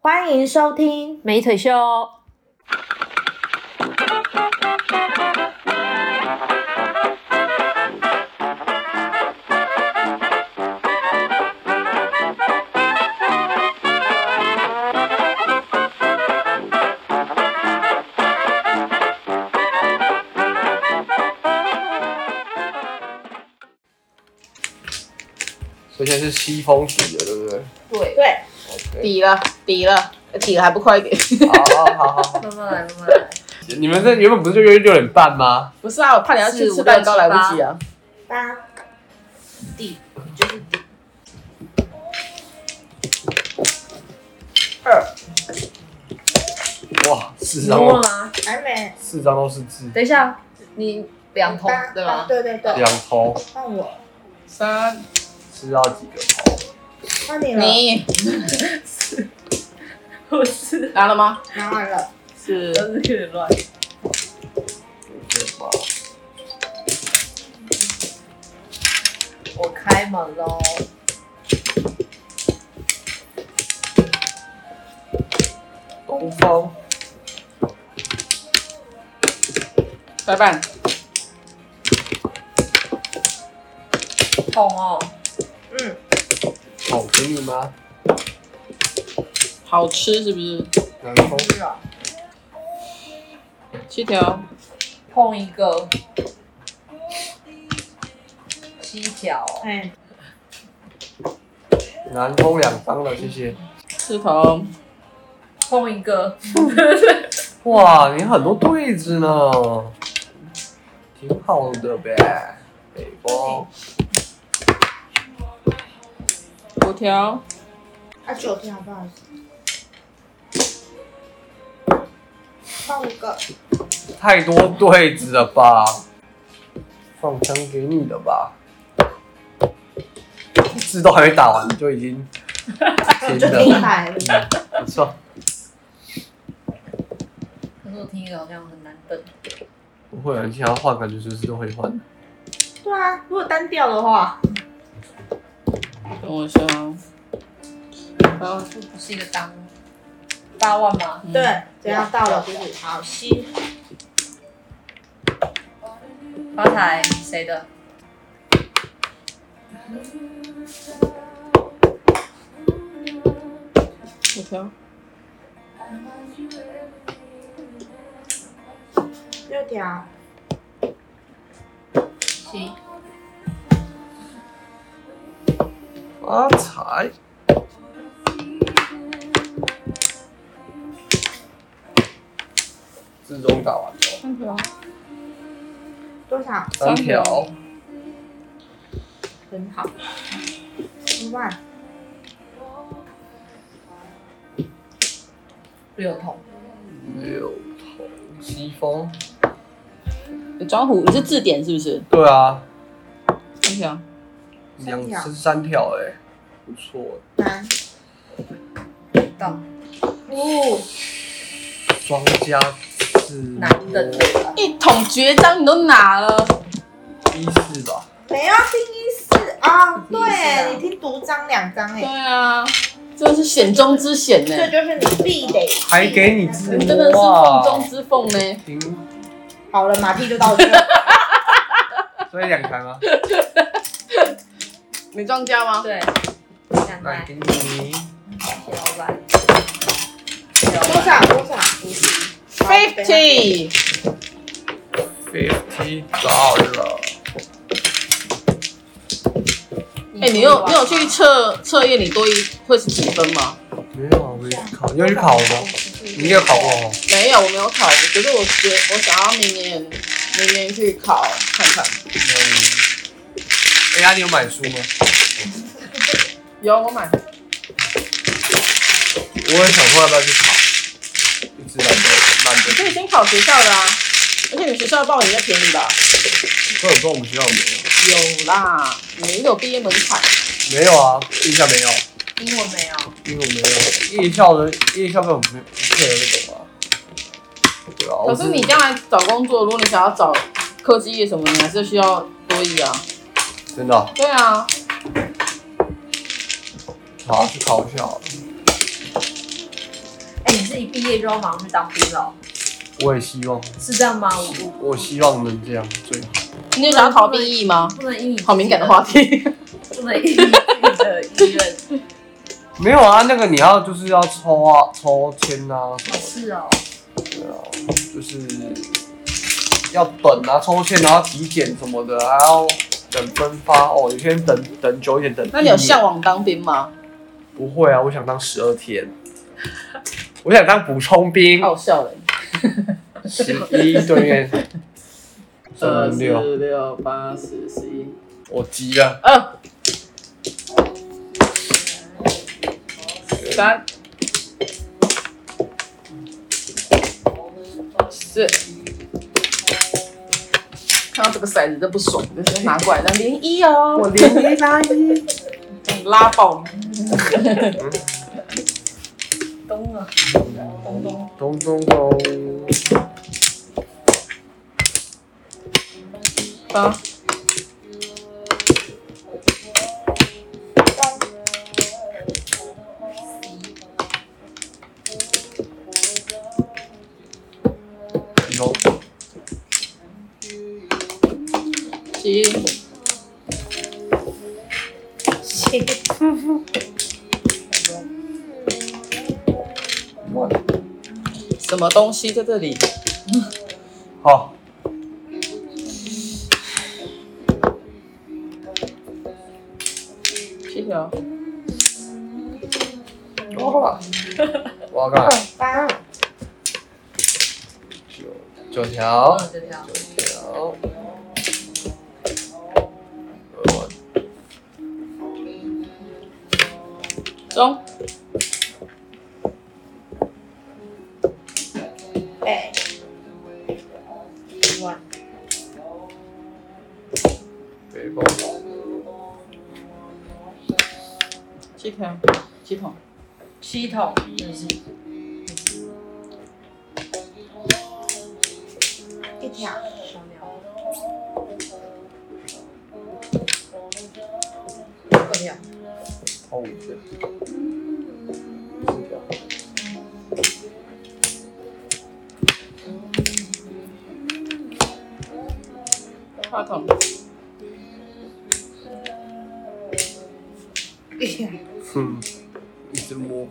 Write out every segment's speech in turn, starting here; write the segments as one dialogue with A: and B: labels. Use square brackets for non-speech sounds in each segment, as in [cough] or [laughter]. A: 欢迎收听，
B: 美腿秀，
C: 哦
D: 所以现在是西风底了，对不对？
C: 对，
A: 对，
C: 底了，底了，底了还不快一点？
D: 好
C: 哦
D: 好好 [laughs] 好，
B: 慢慢来，慢慢来。
D: 你们这原本不是就约六点半吗？
C: [laughs] 不是啊，我怕你要去
B: 四
C: 吃
B: 五
C: 蛋糕
B: 六七
C: 来不及啊。
A: 八
B: 底就是底，
C: 二，
D: 哇，四张
B: 多
D: 都
B: 吗？
A: 还没
D: 四张都是字，
B: 等一下，你两头
A: 八
C: 对吧
A: 啊对对对，
D: 两头
A: 换我，
C: 三，
D: 吃到几个头？
A: 换你了，
C: 你
B: [laughs] 不是，
C: 拿了吗？
A: 拿完了，
C: 是
B: 都是有点乱。
D: 对吧？
B: 我开门喽。
D: 东方
C: 白板，
B: 痛哦，
A: 嗯，
D: 好给你吗？
C: 好吃是不是？
D: 南风
A: 是
B: 啊
A: 哦，
C: 七条，
B: 碰一个，七条，
A: 哎，
D: 南风两张了，谢谢。
C: 四头，
B: 碰一个，
D: 哇，你很多对子呢，挺好的呗。北风
C: 五条，
A: 啊九条，不好意思，换一个，
D: 太多对子了吧？放枪给你的吧。字都还没打完就已经停
A: 就
D: 了
A: 停。牌了，
D: 嗯不错，
B: 可是我听一个好像很难等。
D: 不会啊，你想要换，感觉随时都会换。
A: 对啊，如果单调的话，
C: 等我一下啊。好，
B: 这不是一个当八万吗？
C: 嗯
A: 对，只要到了就是好吸，
B: 发财谁的？
C: 五条，
A: 六啊条，
B: 七，
D: 发财，至终打完了，
C: 三条，
A: 多少？
D: 三条，
A: 很好，一万，
B: 六筒，
D: 六头，西风。
C: 有庄虎，你是字典是不是？
D: 对啊，
C: 三条，
D: 两
A: 三条
D: 是三条哎、不错，
A: 三，
B: 到
A: 五，
D: 庄家是
B: 难等的。
C: 一桶绝章你都拿了，
D: 一四吧，
A: 没有听一四啊，
B: 听一四啊
A: 对你听独章两章
C: 对
A: 哎，
C: 啊，真的是险中之险呢、
A: 这就是你必得，
D: 还给你字
C: 真的是缝中之缝呢、
D: 停，
A: 好了，马屁就到这了。
D: [laughs] 所以两台吗？
C: 美妆家吗？
B: 对，两
D: 来
B: 来，
D: 给你，
B: 谢老板，
A: 多少多少
C: Fifty，
D: fifty 到了，
C: 哎、你有你有去测测验你多一会是几分吗？
D: 没有啊，我去考，你要去考吗？你也考过哦。
C: 没有，我没有考，可是我觉我想要明年明年去考看看。
D: 嗯，哎、呀，你有买书吗？
C: 有我买，
D: 我也想说要不要去考，一直懒得懒
C: 你
D: 得。
C: 可以先考学校的啊，而且你学校的报名比较便宜吧？
D: 所以我说我们学校没
C: 有啦，你有毕业门槛，
D: 有，没有啊，夜校没有，
B: 英文没有，
D: 因为我没有夜校的夜校根本不不配合那种啊。对啊，
C: 可是你
D: 家
C: 将来找工作，如果你想要找科技业什么，你还是需要多一啊。
D: 真的啊
C: 对啊，
D: 好啊去考一下好了。
B: 哎你自己毕业就要马上去当兵了，哦
D: 我也希望，
B: 是这样吗？我
D: 我希望能这样最好。
C: 你有想要逃避役吗？
B: 不能因你
C: 好敏感的话，题。
B: 不能因你自己的意愿。
D: 没有啊，那个你要就是要抽啊，抽签啊什么
B: 是哦，
D: 的啊，就是要等啊，抽签，然后体检什么的，还要等分发哦。有些人等等久一点，等
C: [laughs] 那你有
D: 一年
C: 向往当兵吗？
D: 不会啊，我想当十二天， [laughs] 我想当补充兵，
C: 好笑嘞。
D: 十一对
C: [laughs]
D: 面，三
C: 二
D: 呃
C: 四
D: 六，
C: 六八十十一，
D: 我急啊了，
C: 二三四。看到这个骰子都不爽，就是拿过来当零一哦，
D: 我零一拉一，
C: 拉爆你！
B: 懂了，懂懂。
D: 咚咚咚，
C: 啊，
D: 有
C: 七
B: 行，
C: 什么东西在这里？
D: 好，
C: 谢谢哦。
D: 我要干嘛？我要干嘛？
A: 八
D: 九九条，
B: 就这样。
D: 九条，呃
C: 中
A: 哎，
B: 完，
D: 北风
C: 几条？几桶？
B: 七桶，
A: 一条
B: 小鸟，二条，
D: 抛五次，四条，
C: 话筒？
A: 一条，
D: 哼，一直摸，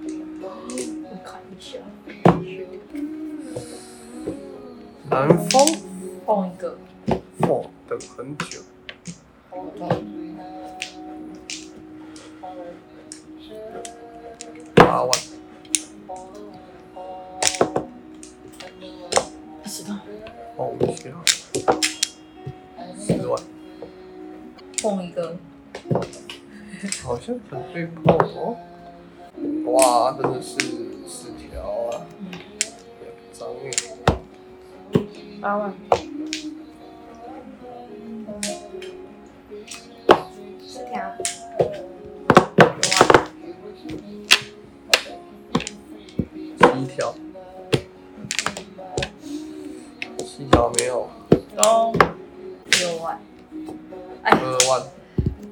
B: 我看一下，
D: 南风
B: 碰一个，
D: 哦，等很久，八万，
C: 十桶。
D: 抛五条，十啊万，
B: 碰一个，
D: 好像很对碰哦，哇，真的是四条啊，两张耶，
C: 八万。
A: 四条，
D: 七条，七条没有，
C: 中
B: 六万，
D: 二万，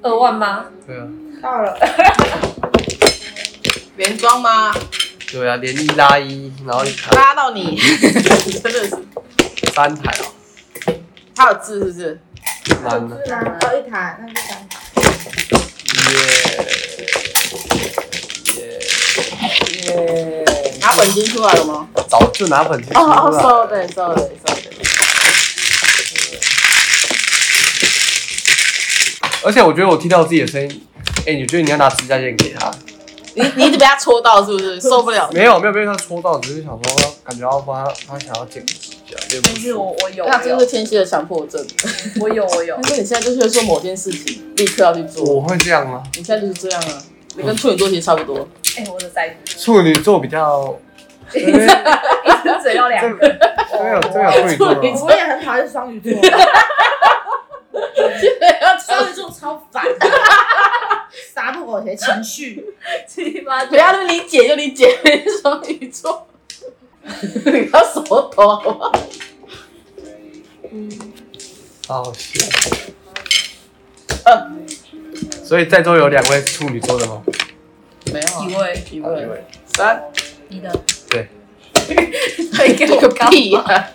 B: 二万吗？
D: 对啊。
A: 到了，
C: 原装吗？
D: 对啊，连一拉一，然后一台
C: 拉到你， [laughs] 真的是。
D: 三台啊，
C: 他有字是不是？
D: 满了，
A: 是吗？到一台，那就三台，
D: 耶耶耶！
C: 拿本金出来了吗？
D: 早就拿本金出
C: 哦
D: 来
C: 哦
D: 了
C: ，sorry sorry sorry。
D: 而且我觉得我听到自己的声音，哎、你觉得你要拿指甲剪给他？
C: 你你一直被他戳到是不是？受不了。
D: 没有没有被他戳到，只是想说感觉要帮他，他想要剪指甲，对不
B: 但是我我有，
C: 那
B: 我
C: 这
B: 有
C: 就是，天蝎的强迫症。
B: 我有，我有
C: 但，是你现在就是会做某件事情，立刻要去做。
D: 我会这样吗？
C: 你现在就是这样啊，你跟处女座其实差不多。 [laughs]
B: 哎，我的塞子，
D: 处女座比较，呃这边
B: 只要
D: 这
B: 两
D: 边
B: 个，
D: 有这边有处女座哦吗
A: 我也很讨厌双鱼座， [laughs] 双鱼座超烦
D: [laughs]
A: 的，杀不狗血情绪，
B: 七八
C: 不要那么理解就理解双鱼座， [laughs] 你不要手抖好不好？
D: 好笑。
C: 嗯，
D: 所以在座有两位处女座的吗？
C: 没有
B: 几
C: 啊，
B: 位？
C: 一
D: 一
C: 位
D: 位，
C: 三
B: 你的
D: 对，
B: 推给我
C: 个
B: 干
C: 屁
B: 嘛？
C: [laughs] 啊！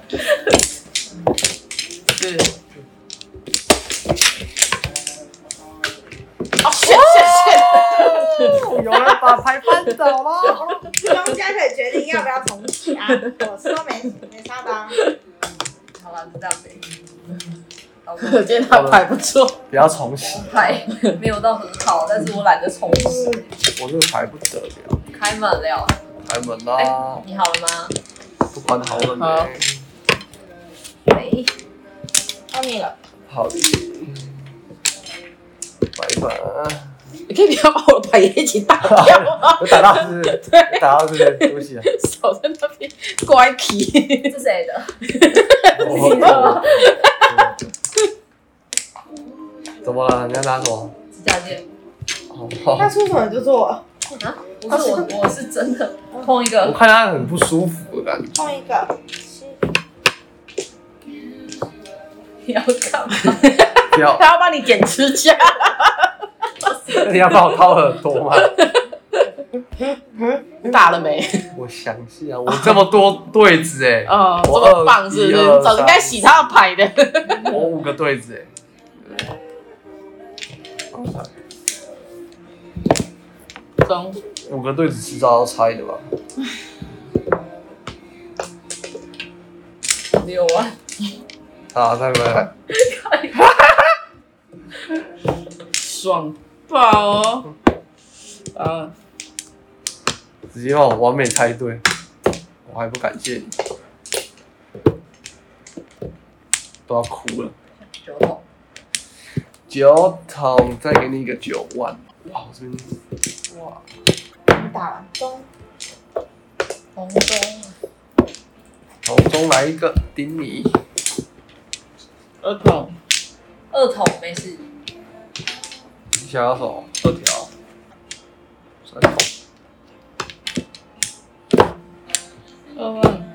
D: 是
C: 哦，谢谢谢。
D: 有人把牌翻倒了。
A: 庄家可以决定要不要重启啊，我是都没没差吧。
B: 好了，就这样呗。老公
C: 可见他牌不错，
D: 不要重洗，
B: 牌没有到很好，但是我懒得重洗。
D: 我这个牌不得了，
B: 开门了，
D: 开门啦，
B: 你好了吗？
D: 不管好了
C: 好
D: 没。
B: 没，
C: 到你了。
D: 好的，拜拜。
C: 你可以不要把我的牌也一起打掉吗？
D: 有打到是不是？
C: [laughs]
D: 有打到是不是？对不起啊，
C: 手在那边乖皮，
B: 哎是谁的？
D: 我我
C: [laughs]
D: 怎么了？你要拿什么？
B: 指甲剪。
D: 哦
A: 他
D: 哦
A: 出手你就做，
B: 啊，不是我，我是真的碰一
D: 我
B: 个，
D: 看他很不舒服的感觉。
A: 碰一个，七
B: 你要干嘛？
D: 不要，
C: 他要帮你剪指甲。
D: 你要帮我掏耳朵
C: [laughs]
D: 吗？
C: 你打
D: [laughs]
C: 了没？
D: 我想一下，我这么多对子哎、
C: [laughs] 哦，这
D: 我
C: 么棒是不
D: 一
C: 是
D: 二？
C: 早就该洗他的牌的。
D: 我五个对子哎、
C: 中，
D: 五个对子迟早要拆的吧？
B: 六万，
D: 啊，再回来，
C: 爽爆
D: [laughs]
C: 哦！啊，
D: 直接让我完美猜对，我还不感谢你，都要哭了。
B: 九筒，
D: 九筒，再给你一个九万。哇，我这边哇，
A: 你打完中，
B: 红中，
D: 从中来一个顶你，
C: 儿童
B: 二筒没事，
D: 你想要什么？二条，三条，
C: 二万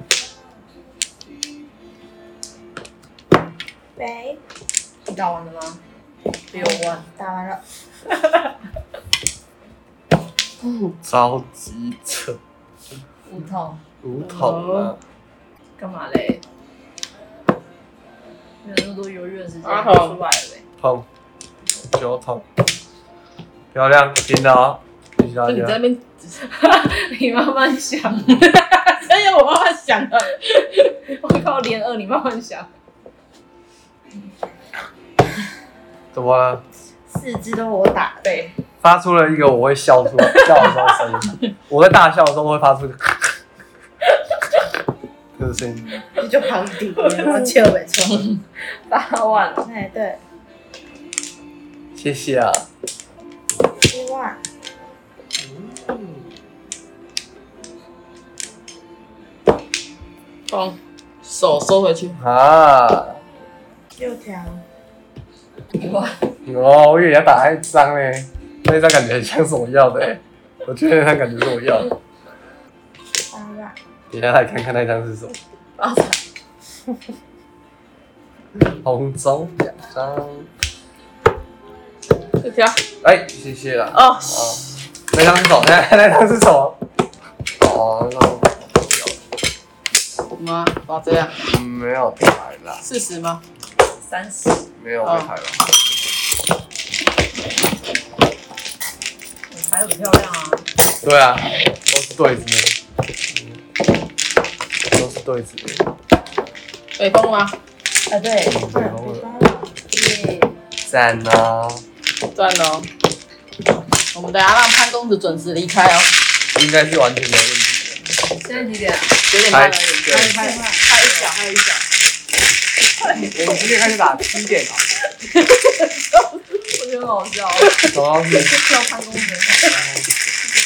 A: 喂，
B: 你打完了吗？六万，
A: 打完了，
D: 着急着
B: 五筒，
D: 五筒啊，
B: 干嘛嘞？没有那么多犹豫的时间，
C: 阿
B: 出
C: 童
B: 来了嘞。
D: 筒，九筒，漂亮，听到啊，谢谢大
C: 就哦你在那
D: 家。
C: 边，
B: [laughs] 你慢慢想，
C: 哎呀，我慢慢想啊。
B: 我靠，连二，你慢慢想。
D: 怎么了？
A: 四只都我打，
B: 对，
D: 发出了一个我会笑出来笑的时候的声音，我在大笑的时候会发出一个这个 [laughs] 声音。
A: 这就旁底，然后切尾错。
B: 八万了，
A: 哎，对，
D: 谢谢啊，
A: 一万，
C: 中，手收回去。
D: 啊，
A: 六条，
B: 五万，
D: 哦，我以为你要打那一张嘞，那一张感觉很像是我要的、欸，我觉得那张感觉是我要的。
A: 八万，
D: 等一下来看看那一张是什么，
B: 八彩，
D: 红中两张，
C: 这条
D: 哎、谢谢啦。
C: 哦，
D: 啊，那张是什么？那那张是什么？哦，那我
C: 妈，哇，这样
D: 嗯没有牌啦，
C: 四十吗？
B: 三十，
D: 没有牌啦。
B: 你牌很漂亮啊。
D: 对啊，都是对子，嗯，都是对子。
C: 北风吗？
A: 啊对，
D: 对
A: 对，
D: 我
A: 比方了，
B: 耶，
D: 赞啊！
C: 赚了哦。我们等下让潘公子准时离开哦，
D: 应该是完全没问题的。
B: 现在几点？啊
C: 九点半而已。
D: 对
A: 拍一万，
C: 还有一小，还有一小。
D: 我们今天开始打七点啊，
B: 我觉得很好笑，
D: 主要是
B: 叫潘公子。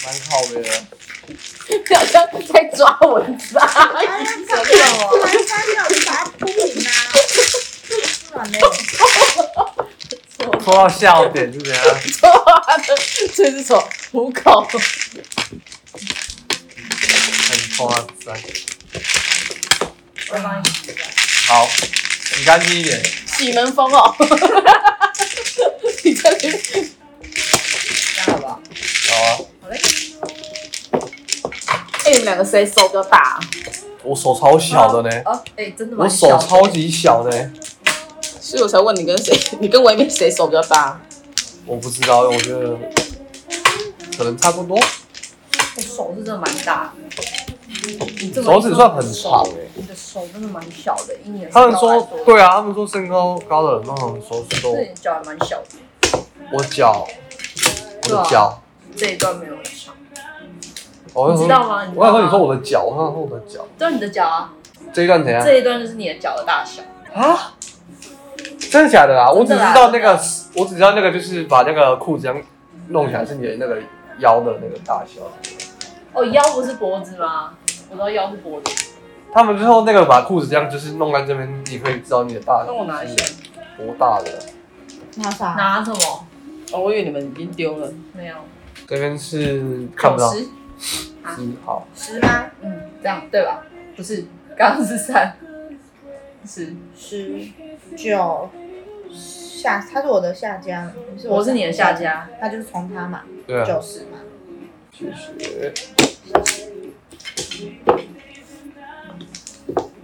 D: 蛮靠背的。
C: 好像在抓蚊子啊！
A: 哎呀，这个完三六，你把它铺平啊，软嘞，
D: 说到笑点是怎样？
C: 抓的，这是什么？虎口。
D: 很夸张。
B: 我帮你洗一下。
D: 好，你干净一点。
C: 喜门风哦。你这边
B: 这样好不好？
D: 好啊，
B: 好嘞。
C: 哎、你们两个谁手比较大啊？
D: 我手超小的呢，
B: 哦，哎，真的吗？
D: 我手超级小的，
C: 所以我才问你跟谁，你跟维美谁手比较大？
D: 我不知道，我觉得可能差不多。
B: 我手是真的蛮大的，你这么
D: 手
B: 一说
D: 指算很长哎、
B: 你的手真的蛮小的，以你的身
D: 他
B: 高
D: 们
B: 来
D: 说，对啊，他们说身高高的人那种手指都
B: 对，你脚还蛮小的，
D: 我脚，我
B: 对
D: 的
B: 啊
D: 脚，
B: 这一段没有长。
D: 我
B: 你知道吗你知啊道吗
D: 我想说你说我的脚，我想说我的脚，
B: 对，你的脚啊，
D: 这一段怎样
B: 这一段就是你的脚的大小。
D: 啊？真的假的啊啦？我只
B: 真
D: 知
B: 的啦啊
D: 道那个
B: 真的，
D: 我只知道那个就是把那个裤子这样弄起来是你的那个腰的那个大小。
B: 哦，腰不是脖子吗？我知道腰是脖子。
D: 他们之后那个把裤子这样就是弄在这边，你可以知道你的大
C: 那我拿一下，
D: 多大的。
A: 拿啥？
B: 拿什么？
C: 哦，我以为你们已经丢了。
B: 没有。
D: 这边是看不到，
B: 十啊
D: 嗯，好，
B: 十吗？嗯，这样对吧？不是，刚刚是三十，
A: 十九下，他是我的下家，你是
B: 我是你的下，家。
A: 那就是从他嘛，
D: 对啊，
A: 九十嘛。
D: 谢谢，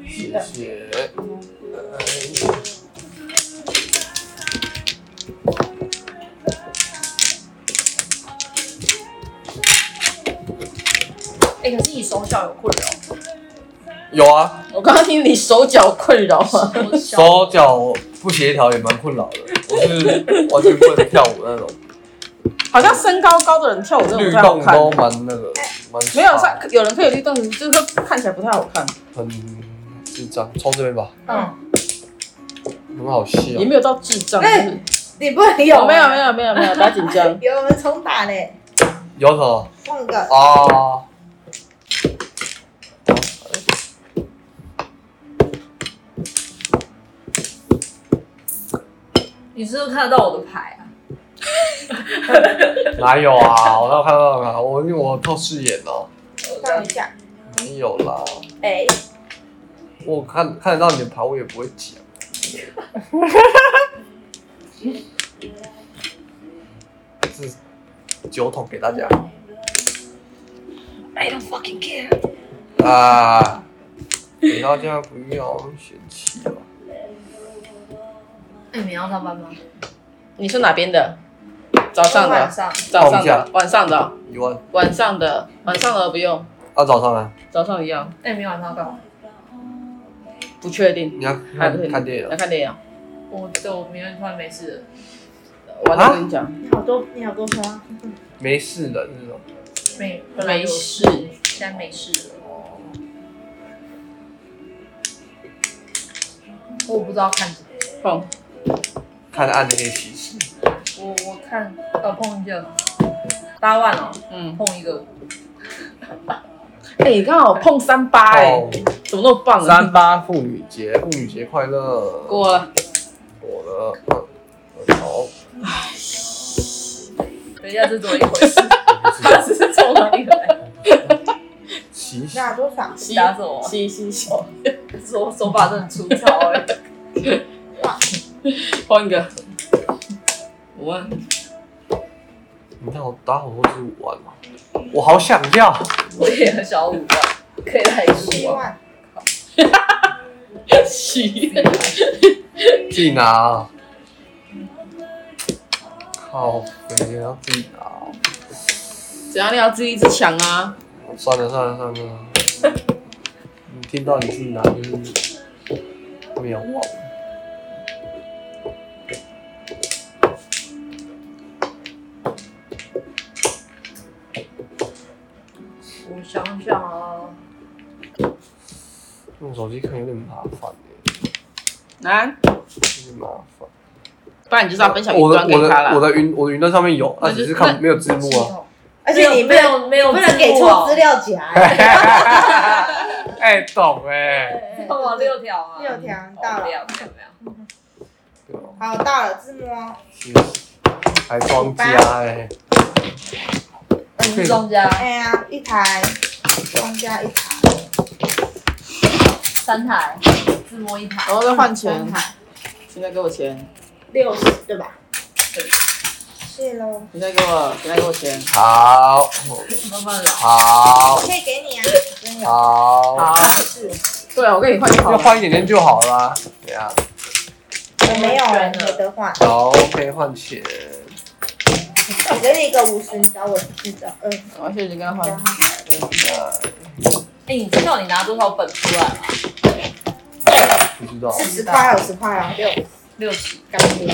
D: 谢谢。哎
B: 哎、可是你手脚有困扰，
D: 有啊，
C: 我刚刚听你手脚困扰啊，
B: [laughs] 我小
D: 手脚不协调也蛮困扰的，我是完全不能跳舞那种，
C: 好像身高高的人跳舞真的
D: 律
C: 不太好
D: 动
C: 看。
D: 都蛮那个，蛮
C: 没有像有人可以律动，就是看起来不太好看，
D: 很智障，从这边吧，
B: 嗯，
D: 很好笑。
C: 也没有到智障。
A: 哎
C: 就是
A: 你不能
C: 有
A: 有，
C: 没有没有没有没有，不要紧张。
A: 有我们重打嘞，
D: 有什么？
A: 换一个。
D: 哦。
B: 你是不是看得到我的牌啊？
D: 哪有啊？我哪有看到啊？我因为我透视眼哦、
A: 放一下，
D: 没有啦。
A: 哎、
D: 我看看得到你的牌，我也不会啊讲。这是酒桶给大家。
B: I don't fucking care。
D: 啊，给大家不要嫌弃哦。
B: 哎、你们要上班吗？
C: 你是哪边的？早上
A: 晚
C: 的、
B: 上
C: 早上
D: 放假
C: 的、晚上的、
D: 一万
C: 晚上的、晚上的不用，
D: 啊，早上呢？
C: 早上一样，
B: 哎、你明晚上要干嘛？
C: 不确定。
D: 你要
C: 还不确
D: 看看
C: 定
D: 电影
C: 要
D: 啊？
C: 看电影啊。
B: 我对我明天突然没事了。
C: 晚上跟你讲，
A: 好多，你好多说啊，
D: 啊没事的那种。
B: 没
C: 没，事。
B: 现在没事了。我不知道看什么，
C: 碰，
D: 看暗黑骑士，
B: 我我看呃碰一下，八万哦，
C: 嗯，
B: 碰一个，
C: 哎，你刚好碰三八哎
D: 哦，，
C: 怎么那么棒啊？
D: 三八妇女节，妇女节快乐！
C: 过了，
D: 我的，嗯嗯好， [laughs]
B: 等一下这怎么一回事？
D: 我不知
B: 他
D: 道
B: 只是从哪里来？
D: 其实
A: 那多少？
C: 吸
B: 打死我
C: 吸吸手，
B: 手手法真的很粗糙哎、
C: 换一个。五万， [laughs]
D: 你看我打火锅是五万嘛，我好想要，
B: 我也很想要五万，可以来一
A: 七
B: 个五万。
A: 万，
C: 吸，
D: 自己拿。靠，每天要自己拿。
C: 怎样？你要自己一直抢啊！
D: 算了算了算了，你听到你自己拿就是渺茫。
B: 我想想啊，
D: 用手机看有点麻烦
C: 来，
D: 欸有点麻烦。
C: 啊不然你就是要分享云
D: 我的
C: 端给
D: 我
C: 他
D: 的我
C: 啦。
D: 的云我的云端上面有，那
C: 那就
D: 只是看没有字幕啊。
A: 而且你不
B: 没
A: 能
B: 有没有啊
A: 不能给出资料夹、欸，
D: 哎，懂哎。
B: 哦，哇六条啊，
A: 六条到了
B: 哦没有没有没有，
D: 对啊
A: 好到了字幕哦，
D: 是还装家哎、
B: 你是嗯中啊家
A: 哎呀，一台，中加一台，
B: 三台，自摸一台
C: 然，后再换钱
A: 三，台，
C: 现在给我钱，
A: 六十对吧？
B: 对
A: 谢喽，
C: 现在给我，现在给我钱。
D: 好
B: 慢慢来。
D: 好
A: 可以给你啊，
D: 好，
C: 好，
A: 是
C: 对，啊我跟你换就好
D: 要
C: 了。
D: 换一点点就好啦。对啊，
A: 我没有
B: 选
A: 没
B: 了
A: 得换，
D: 好，可以换钱。
A: 我给你一个五十，你找我四的，嗯，
C: 我现在跟他换。
B: 哎、你知道你拿多少本出来啊吗？
D: 不知道，
A: 四十块还有十块啊，六，
B: 六十。
A: 干爹，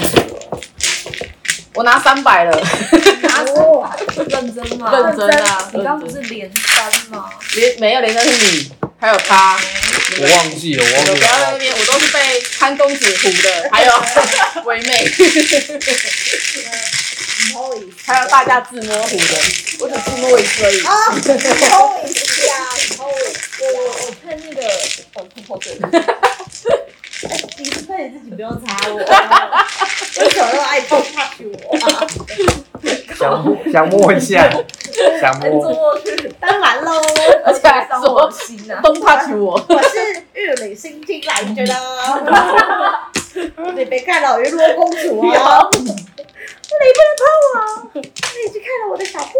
C: 我拿三百了， [laughs]
A: 哦，
B: 认真吗
C: 认真啊
B: 你刚不是连三吗？
C: 连没有连的是你，还有他。
D: 我忘记了，我
C: 我
D: 忘
C: 不
D: 记
C: 要哎在那
D: 了。
C: 边，我都是被潘公子糊 [laughs] 的，还有唯美，还有大家自摸糊的，我只自摸一次而 [laughs] 已。
A: 啊，抽一下，抽
C: [laughs]
A: 一下，
B: 我看那个我婆婆嘴，我
A: 你是喷你自己，不用擦我，为什么那么爱碰 touch 我？
C: [laughs]
A: 啊
D: 想想摸一
A: [laughs]
D: 下，想摸。
B: 过去，
A: 当然喽，
C: 而且还
B: 伤我
C: 说
B: 心啊！
C: 东 touch 我，
A: 我是玉女心经来着的， [laughs] 你别看老于罗公主哦，你不能碰我，啊你已经看了我的小护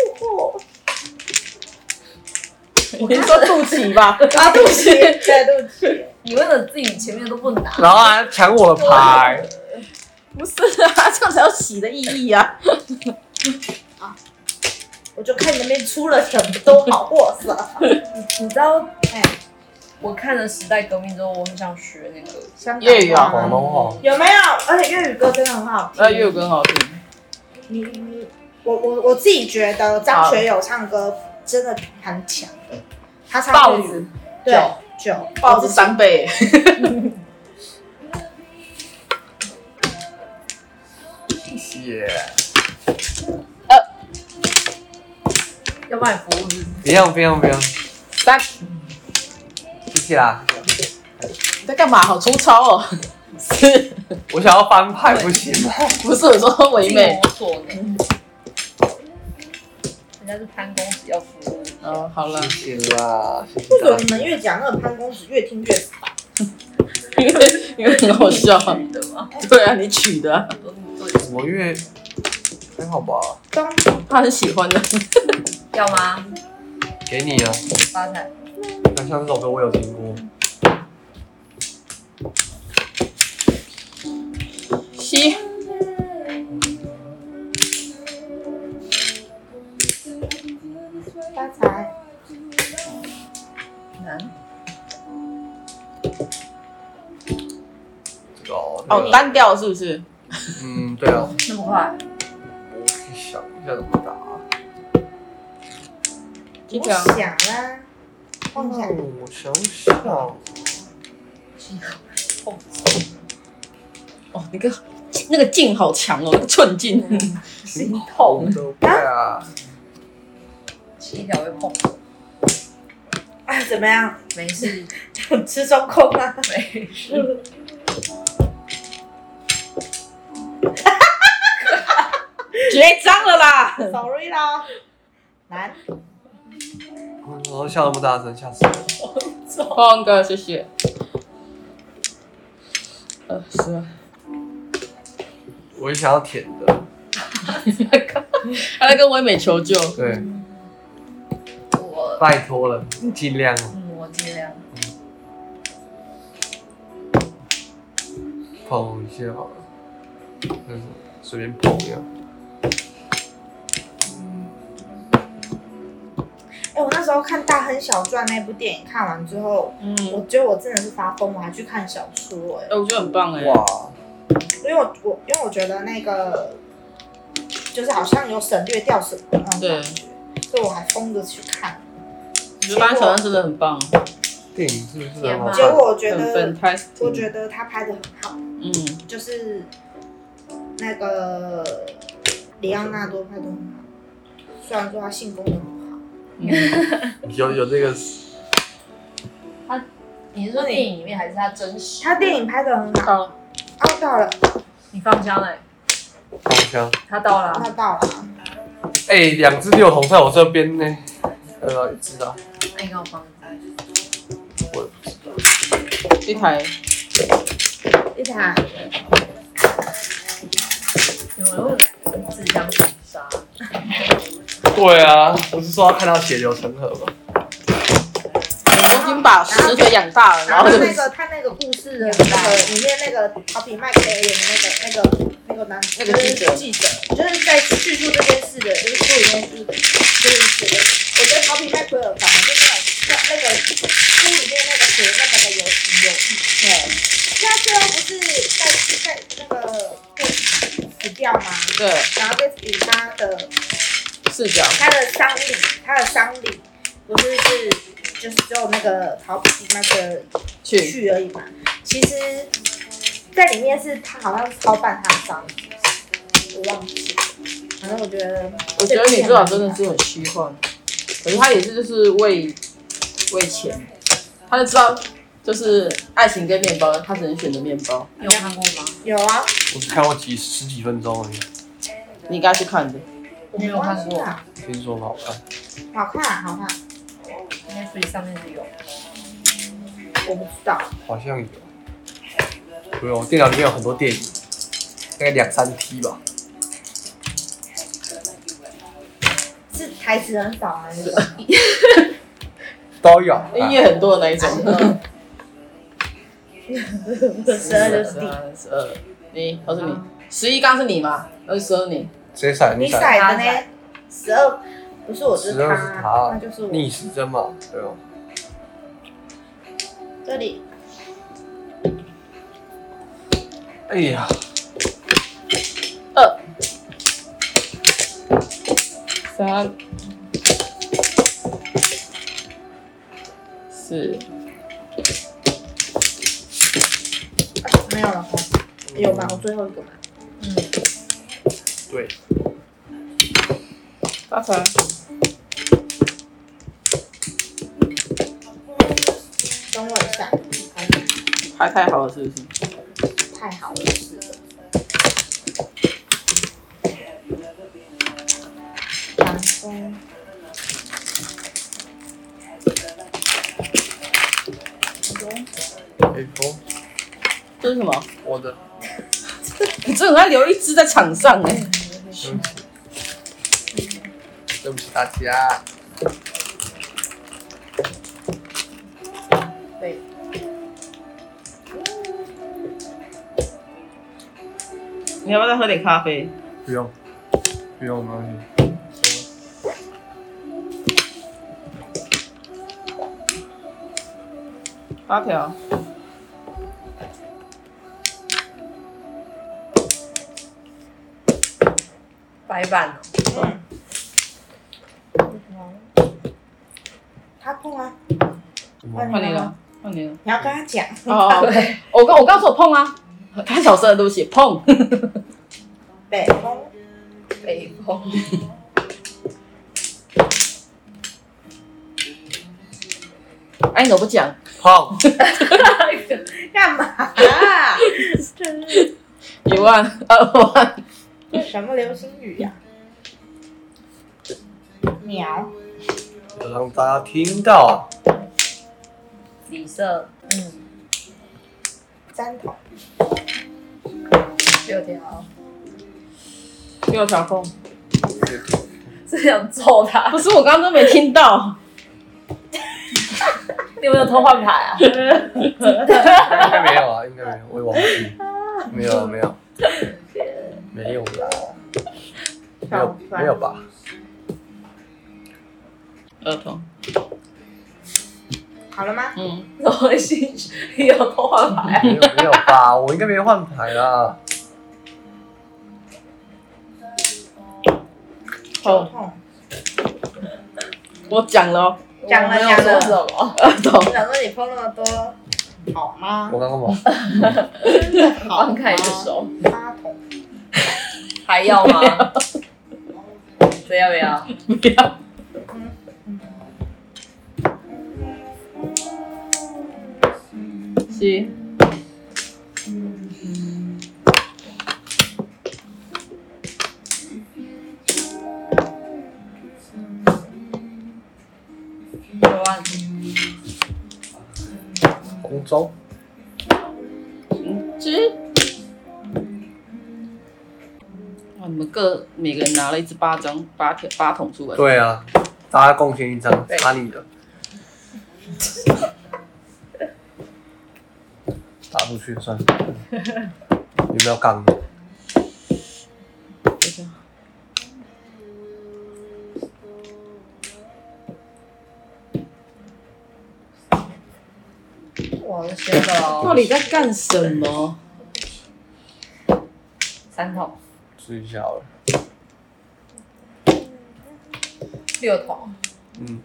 A: 护。
C: 你说肚脐吧？
A: 啊，对不起，对对不起，
B: 你为了自己前面都不拿，
D: 然后还抢我的牌，
C: 不是啊， [laughs] 这样才有洗的意义啊。
A: 我就看你那边出了什么都好货色。
B: 你知道？
A: 哎，
B: 我看了《时代革命》之后，我很想学那个。
A: 香港
C: 粤语啊
A: 话
D: 广东话。
A: 有没有？而且粤语歌真的很好听。
C: 那粤语歌很好听，
A: 你，你我我我自己觉得张学友唱歌真的很强的，他唱
C: 豹
A: 粤语
C: 子
A: 对
C: 九
A: 九
C: 报是三倍，
D: 谢谢。
B: 要不然你服务是
D: 不用不用不用，
C: 三，
D: 谢谢啦。
C: 你在干嘛？好粗糙哦。是，
D: 我想要翻牌不行吗？
C: 不是我说唯
B: 自己
C: 美？
B: 摸索呢。人家是潘公子要服务，
C: 哦，好了，
D: 谢谢啦，谢
A: 为什
D: 谢
A: 么
D: 啦。
A: 你们越讲那个潘公子越听越烦？
C: [laughs] 因为因为很好笑。
B: 的吗？
C: 对啊，你取的啊，
D: 什么月？还好吧，
A: 张
C: 他很喜欢的。
B: 要吗？
D: 给你啊。
B: 发财。
D: 那像这首歌我有听过，
C: 西，
A: 发财，
B: 难。
D: 这个哦，这
C: 哦，
D: 个
C: 单调是不是？
D: 嗯，对啊，
B: 那么快？
D: 我去想一下怎么打。
C: 你
A: 我
C: 讲啊。
A: 想啦，我想
D: 嗯，我想想，
C: 哦，那个那个劲好强哦，那个寸
A: [laughs]
C: 劲。
D: 心痛的对啊，
B: 七条会碰，
A: 啊怎么样？
B: 没事，
A: 吃中空啊？
B: 没事。
C: 绝章了啦！
A: [laughs] ，sorry 啦，难。
D: 我笑那么大声，吓死我！
C: [laughs] 放个，谢谢。呃，
A: [laughs]
C: 是，
D: 我也想要舔的，
C: 他在跟唯美求救。
D: 对，
B: 我
D: 拜托了，尽量。
B: 嗯，我尽量。
D: 碰一下好了，嗯，随便碰一下。
A: 哎、我那时候看《大亨小传》那部电影，看完之后，
C: 嗯，
A: 我觉得我真的是发疯，我还去看小说、哎
C: 哎，，我觉得很棒哎。
D: 哇，
A: 因为我我因为我觉得那个就是好像有省略掉什么那种
C: 对
A: 感觉，所以我还疯着去看。
C: 我觉得《班小段》真的很棒，
D: 电影是不是很好
A: 结
D: 看？
A: 果我觉
C: 很
A: 得，
C: fantastic。
A: 我觉得他拍的很好，
C: 嗯，
A: 就是那个里奥纳多拍的很好，虽然说他性功能很好， [laughs]
C: 嗯，
D: 有有这个，
B: 你是说电影里面还是他真实？
A: 他电影拍的很好。
C: 好了，
A: 哦，到了，
B: 你放枪嘞？
D: 好香。
B: 他到了啊。
A: 那到了，
D: 哎、两只六筒在我这边呢，呃，知道，
B: 那你给我放
D: 我也不知道。
C: 一台
A: 一台
B: 有人问两个人自相残杀，
D: 对啊，不是说要看到血流成河吗？
C: 刚把石腿养大了，
A: 然
C: 然
A: 后
C: 后就
A: 啊那个他那个故事的那个里面那个好比麦克雷演的那个那个那个男
C: 那个记者
A: 就是记者，就是在叙述这件事的，就是说一件事这件事的。我觉得好比麦奎尔反而就是很那个书里面那个写的那么的有情有义，他
C: 对
A: 最后不是在在那个被死掉吗？
C: 对
A: 然后被以他的
C: 视角，
A: 他的丧礼，他的丧礼不是是就是只有那个陶比麦克尔
C: 去
A: 去而已嘛。其实，在里面是他好像是操办他的丧礼，我忘记了。反正我觉得，
C: 我觉得女主角真的是很虚幻，可是她也是就是为为钱，她就知道就是爱情跟面包，她只能选择面包。
B: 你有看过吗？
A: 有啊，
D: 我只看过几十几分钟而已，
C: 你应该去看的，
B: 我没有看过
A: 好
D: 听说很好看。
A: 看，好看，好看，
B: ，Netflix 上面是有。
A: 我不知道。
D: 好像有，不用，电脑里面有很多电影，大概两三 T 吧。
A: 是台词很少还是？
D: 都有，
C: 音乐很多的那一种。
A: [laughs] 十二就是嗯地，
C: [laughs] 十二，你，我是你，十一刚是你嘛，二十二你，
D: 谁闪
A: 你
D: 闪？
A: 甩的呢？十二不是我，是
D: 十二是
A: 他，那
D: 他
A: 就是我
D: 逆时针嘛，对哦。
A: 这里。
D: 哎呀，
C: 二，三，四，
A: 啊没有了，有吗？我最后一个嘛。
B: 嗯，
D: 对，
C: 八团，
A: 等我一下，
C: 排太好了是不是？
A: 太好了，是的。然后
D: 哎哦，
C: 这是什么？
D: 我的，
C: 你这很爱留一只在场上哎、
D: 对不起，对不起大家。
A: 对，
C: 你要不要再喝点咖啡？
D: 不用，不用，没关系。
C: 八条，
B: 白板哦，
A: 他碰啊，哎
D: 嗯
C: 换你了，换你了。
A: 你要跟他讲，
C: 哦，我刚我刚说碰啊，太小声了，对不起，碰。 [laughs]
A: 北风
B: 北风， [laughs]
C: 哎，你怎么不讲？
D: 胖，
A: 干嘛、啊？真是
C: 一万、 [laughs] 二万，
A: 什么流星雨呀、鸟，
D: 要让大家听到。
B: 紫色，嗯，
A: 三筒，
B: 六条，
C: 六条空。
B: 是想揍他
C: 不。是，我刚刚都没听 [laughs] 到。
B: 你有没有偷换牌啊？
D: 应该没有啊，应该没有，我也忘记。没有，没有，没有啦。没有，没有吧？
C: 儿童，
A: 好了吗？
C: 嗯，
B: 什么兴趣？你有偷换牌啊？
D: 没有，没有吧？我应该没换牌 [laughs] 啦。
A: 头
B: 哦
C: 痛。
A: 痛，
C: 我讲了哦，
A: 讲了
B: 我没有
A: 讲了
B: 说什么？
C: 儿童，
A: 我想说你碰那么多，好吗？
D: 我刚刚嘛，
B: 放开你的手，
A: 八筒，
B: 还要吗？这要不要？
C: 不要，
A: 嗯
C: 七，
B: 九万，
D: 红中，
C: 嗯，七。哇，你们各每个人拿了一支八张八条八筒出来，
D: 对啊，大家贡献一张，差你的。出去算了。有没有杠的？
C: 等一下
B: 哇，这写的
C: 到
B: 哦，
C: 底在干什么？
B: 三桶、
D: 吃一下好了。
B: 六 [laughs] 桶，
D: 嗯，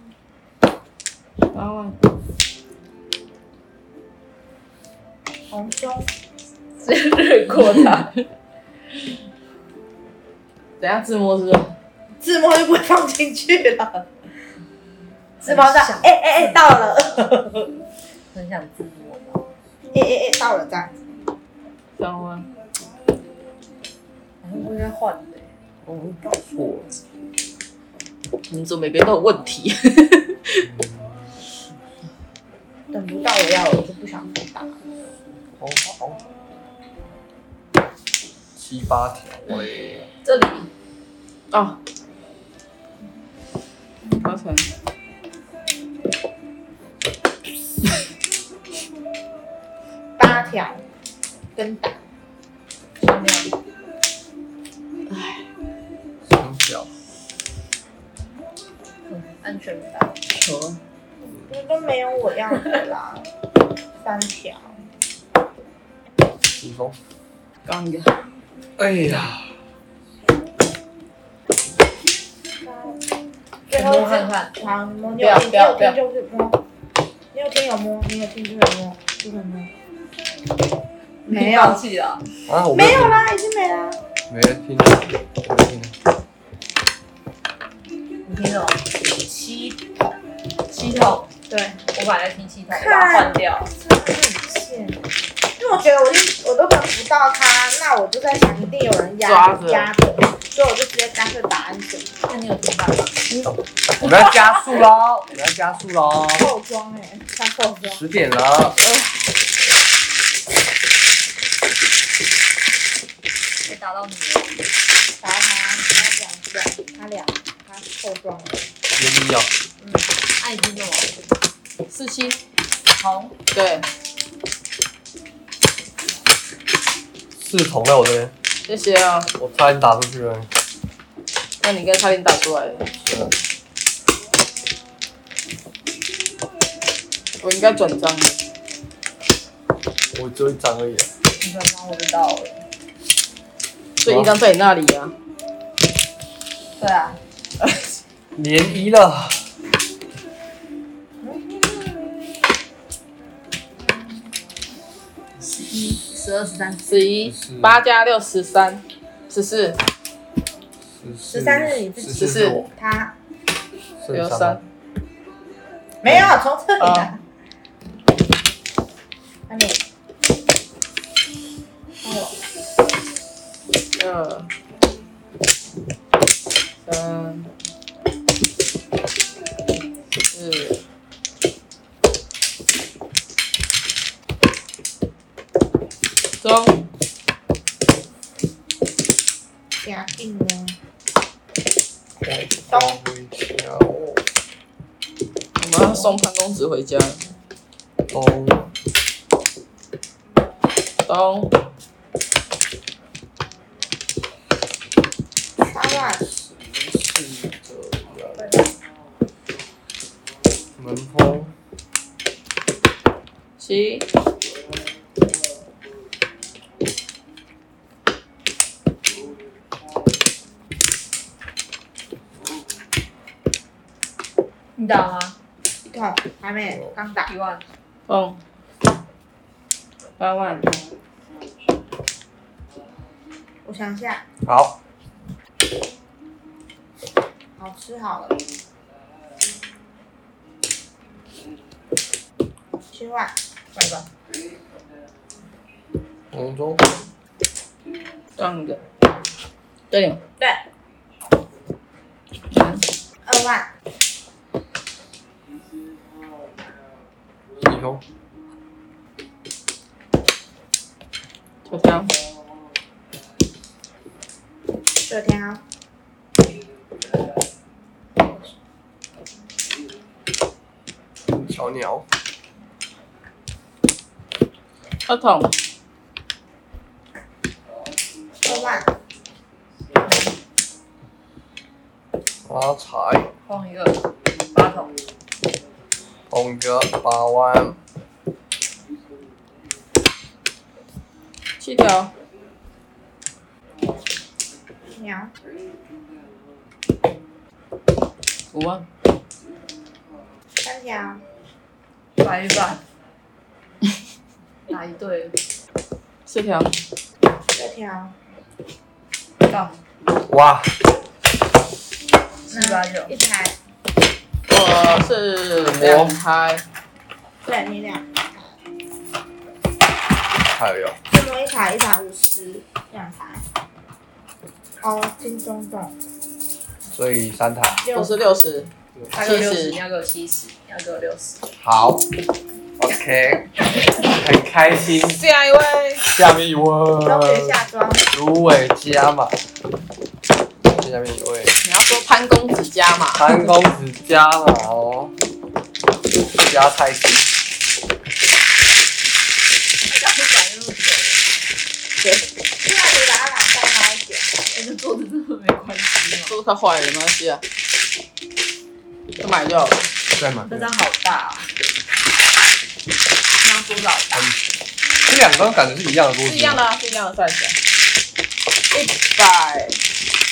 C: 八万
B: 红胸，
C: 直接略过它。等一下自摸是吧？
A: 自摸就不会放进去 [laughs] 了。自摸的
B: 很，像
A: 哎哎哎，到 [laughs] 了，
B: 很想自摸。
A: 哎哎哎，到了，这样子。
C: 三万
B: 好像不应该换的欸，
D: 哦，搞错了。
C: 你怎么每个都有问题？
A: 等不到我要了，我就不想再打了。
D: 哦，好。七八条喂，
B: 这里
C: [laughs] 哦，高层，
A: 八条跟打，
B: 上面
D: 三条，
B: 安全带，
C: 球
A: 我觉得没有我要的 [laughs] 啦。三条，
D: 轻松。
C: 刚一个，
D: 哎呀，
A: 最后
B: 摸
A: 一
B: 看
A: 次。
B: 看，
A: 好，摸，你
B: 不
A: 有
B: 要
A: 你
B: 不要
A: 有
B: 不要
A: 听就是摸，你有听有摸，你有听就有摸，就有摸。没有
B: 放弃了，
D: 啊，我
A: 没有，啦，已经没啦。
D: 没听，没听。
B: 你听懂？七桶，七桶，
A: 对，
B: 我本来在听七桶，我把它换掉，
A: 真的很贱。因为我觉得我就我都等不到他，那我就在想一定有人压
C: 抓着
A: 压着，所以我就直接干脆打安全
B: 那你有听到吗？
D: 我们要加速喽！我们要加速喽！
A: 套装哎，他套装。
D: 十点了，
B: 没打到你了，
A: 打他，他两下，他两，他套装了。
D: 原因要
B: 嗯，爱听什么？
C: 四七，
B: 红，
C: 对，
D: 四桶在我这边，
C: 谢谢啊。
D: 我差点打出去了。
C: 那你应该差点打出来了，
D: 嗯
C: 我应该转账。
D: 我只有一张而已啊，
B: 你刚刚我知道了，
C: 所以一张在你那里啊。
B: 对啊，
D: 涟漪了。
B: 十一、十二、十三、
C: 十一
D: 14
C: 八加六十三，十四
A: 十三日你自己
D: 十四是我，
A: 他
C: 有
D: 剩
C: 三
D: 三，
A: 没有，从这里
C: 啊
A: 来。那你，哦，
C: 二三四中
A: 加劲呢？
D: 我要回家哦
C: 我们要送潘公子回家。
D: 咚
C: 咚，
A: 八万，
D: 是这样，门风
C: 七，
B: 你打吗？
A: 对，还没，刚打。
B: 一万，
C: 蹦，八万，
A: 我想一下，
D: 好，
A: 好吃好了。七万，
B: 买吧，
D: 红中
C: 撞一个，对了，
A: 对，
C: 三
A: 二万，
D: 一中
C: 九条，
A: 九条，
D: 小鸟，
C: 要捅，
A: 老板，
D: 发财，
B: 晃一个八筒，
D: 捧个八万，
C: 七条，
A: 鸟，
C: 五万，
A: 三条，
B: 白一 [laughs] 半，哪一对？
C: 四条，
A: 六条，
B: 到
D: 哇，
B: 七八九，
A: 一台，
C: 我是两台，
A: 对你两，
D: 还有
A: 这么一台一百五十，两台。哦，金钟奖
D: 所以三台，
A: 六
C: 我是六十，
B: 他给我六十，你要给我七十，你要给我六十，
D: 好，OK，很开心。
C: 下一位，
D: 下面一位，
A: 终于下妆，
D: 芦苇加码，下面一位
C: 你要说潘公子家嘛？
D: 潘公子加码哦，加菜心，
B: 这样子转那么久，
A: 那你把它拿上来一点，
B: 哎，这桌子真的没关系吗？
C: 都快坏了，没关系啊，就买就好了。
D: 再买
B: 这张好大啊！这张桌子好大，
D: 这两张感觉是一样的桌子，
C: 是一样的、啊，是一样的 size 啊。一百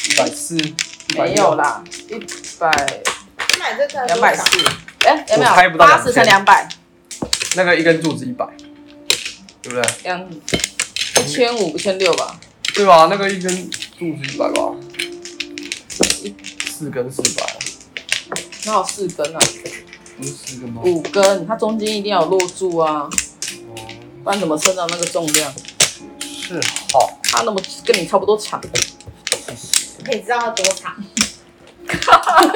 D: 一百四，160
C: 没有，啦，一百
A: 你买这个
C: 两百四，哎，有没
D: 我猜
C: 有
D: 不到
C: 八十乘两百，
D: 那个一根柱子一百，对不对？
C: 两一千五、一千六吧？
D: 对吧？那个一根柱子一百吧，四根四百，
C: 哪有四根啊？
D: 不是四根吗？
C: 五根，它中间一定要有落柱啊，
D: 哦，
C: 不然怎么称到那个重量？
D: 是好，
C: 它那么跟你差不多长，
D: 谢谢，
A: 可以知道它多长。
D: 谢谢啦。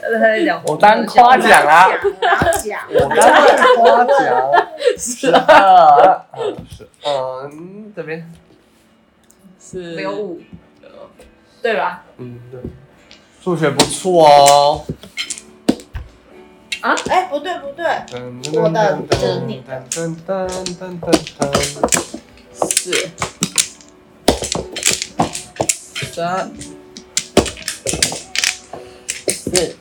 B: 这在两
D: 我单夸奖啊，
A: 然后讲，
D: 我刚刚夸奖，
C: 是
D: 十二，嗯是，嗯，这边，
C: 是
B: 没有五，对吧？
D: 嗯，对，数学不错哦。
A: 哎，不对不对，
D: 我
A: 就是你
D: 噔噔噔噔噔噔，
C: 四十二四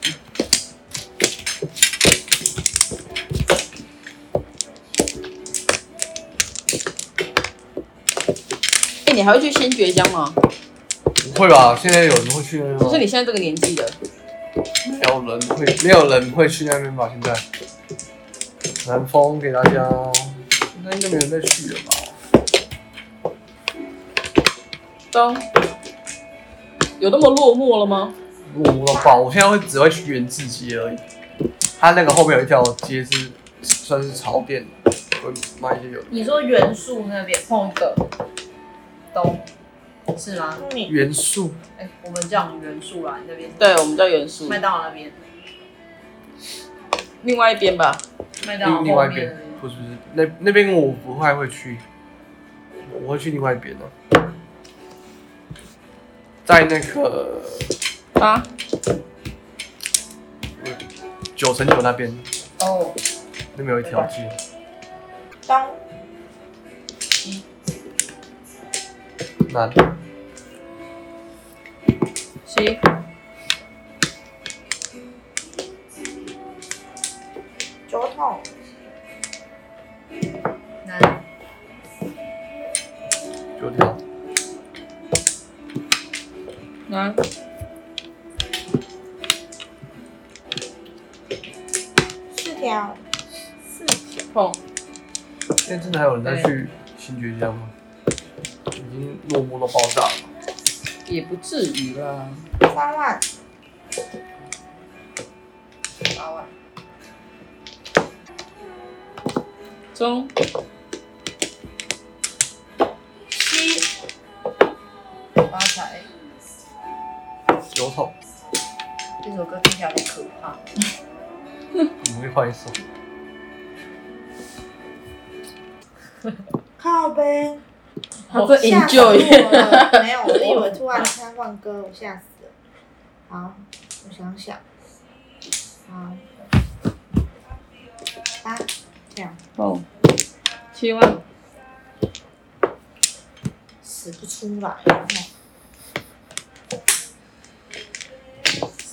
C: 哎，你还会去先觉江吗？
D: 不会吧？现在有人会去那边
C: 不是
D: 吗？
C: 你现在这个年纪的，
D: 没有人会，没有人会去那边吧？现在，南风给大家哦，应该就没有人再去了吧？
C: 东有那么落寞了吗？
D: 我我吧，我现在会只会去原字街而已。它那个后面有一条街是算是潮店，会卖一些有的
B: 你说元素那边碰一个东是吗？
A: 你
D: 元素，
B: 哎，我们叫元素啦，你那边是
C: 对，我们叫元素
B: 麦，当劳那边，
C: 另外一边吧。
B: 麦当劳
D: 另
B: 后
D: 另外一
B: 面那
D: 边
B: 边。
D: 不是不是那那边我不太会去，我会去另外一边的、在那个
C: 啊，
D: 九层九那边，
B: 哦，
D: 那边有一条街，
A: 当
D: 南
C: 七
A: 酒桶，
B: 那
D: 九条，
C: 来
A: 四条，
C: 碰
D: 现在真的还有人在去新觉江吗？已经落寞到爆炸了。
C: 也不至于啦。
A: 三万，
B: 八万，
C: 中
A: 七
B: 发财。
D: 九桶，
B: 这首歌听起来好可怕。
D: 你们会换一首？
A: 靠呗。
C: 他 [laughs] 在
A: 吓死我
C: enjoy， [laughs]
A: 了，没有，我以为突然间换歌，我吓死了。好，我想想，啊好，八，这样，
C: 碰七 [laughs] 万，
A: 使不出来。哦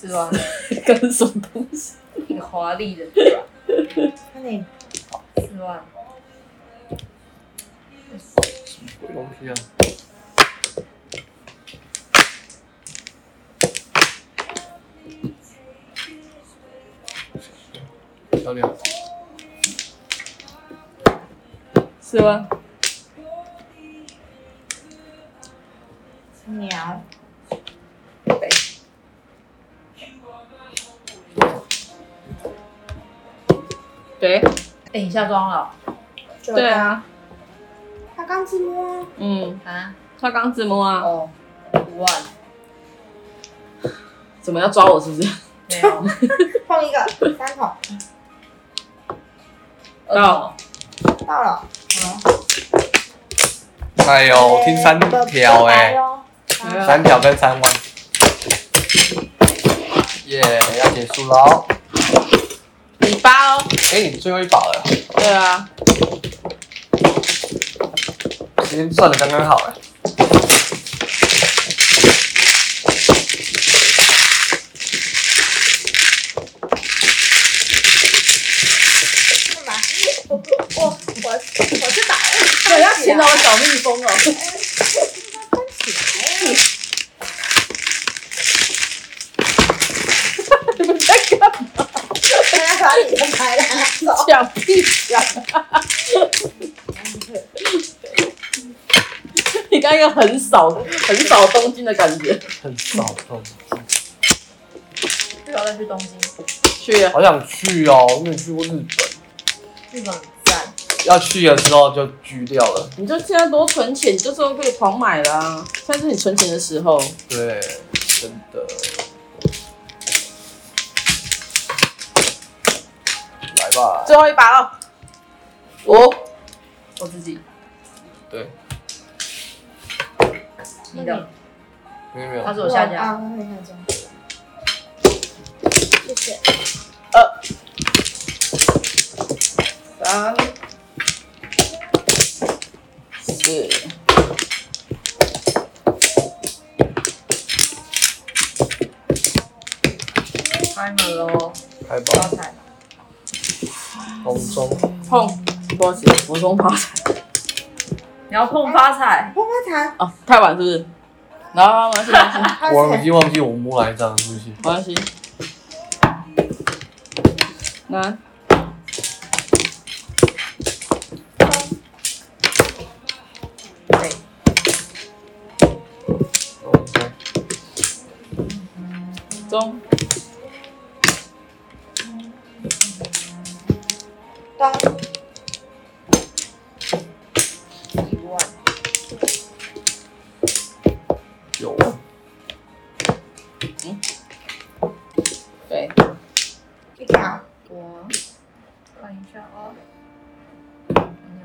B: 是吧？
C: 这是什么东西？
B: 挺华丽的，对吧？
A: 那你
B: 四万，
D: 鬼东西啊！小鸟，
C: 四万，
A: 鸟
B: 北，
C: 对，啊
B: 哎，你下妆了
A: 就
C: 对啊，
A: 他刚自摸啊，
C: 嗯，
B: 啊？
C: 他刚自摸啊，
B: 哦，五万，
C: 怎么要抓我是不是？
B: 没有，
A: 放一个三筒
B: 二
C: 到
A: 到了，
D: 哎呦，听三条哎、
A: 哎，
D: 三条跟三万，耶、要结束喽！
C: 你八哦，
D: 哎、你最后一把了，
C: 对啊，
D: 时间算的刚刚好哎、
A: 干嘛？ [laughs] 我我我我是打
C: 对，要请到啊我小蜜蜂哦。
A: 关起来啊，
C: 你们在干嘛？
A: 大家把你的牌拿走。
C: 讲屁呀！ [laughs] 你刚刚有很少很少东京的感觉，
D: 很少动，
B: 不要再去东京，
C: 去啊
D: 好想去哦，我没有去过日本，
B: 日本很赞，
D: 要去的时候就狙掉了。
C: 你就现在多存钱，你就之后可以狂买啦、现在是你存钱的时候。
D: 对，真的。来吧，
C: 最后一把了，哦五
B: 我自己，
D: 对，
B: 你的，
D: 没有没
B: 他
D: 有，
B: 是我下家，
A: 啊，我会下降。谢谢。
C: 三四
B: 开门喽，
D: 开
B: 招
D: 吧，
B: 财，
D: 空中
C: 碰，不行，我中发财
B: 你要碰发财，
A: 我发财，
C: 哦，太晚是不是？然后没关系，没关系，
A: 发
D: 我已
A: 财，
D: 经忘记我摸哪一张了，是不是？
C: 没关系。来，
B: 对，
D: 空中
C: 中
A: 当
B: 一万，
D: 有啊
C: 对，
A: 一条，
B: 我看一下啊，哦牛，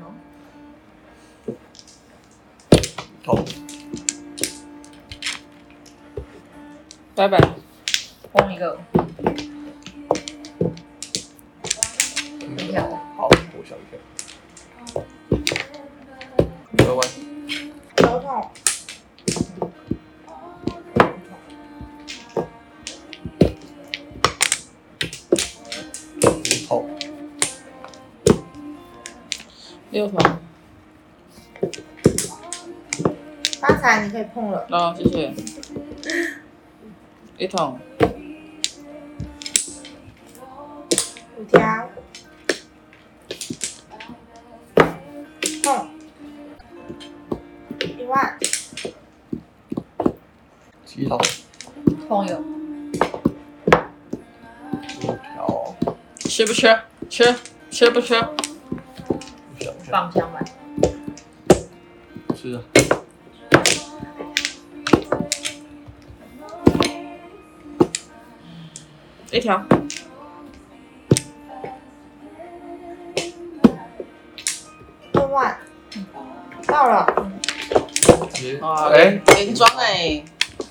D: 好，
C: 拜拜。
B: 碰一个，一条，
D: 好，我想一下，拜拜。
A: 头痛，
D: 好，
C: 六条，
A: 发财你可以碰了，
C: 哦，谢谢。一桶，
A: 五条，碰，一万，
D: 七条，
B: 碰一个，
D: 五条，
C: 吃不吃？吃，吃不吃？
D: 我想一下，
B: 放香吧，
D: 吃啊，
C: 一条，
A: 二万，到了
D: 直接，
C: 哇，
D: 哎，
C: 连装哎，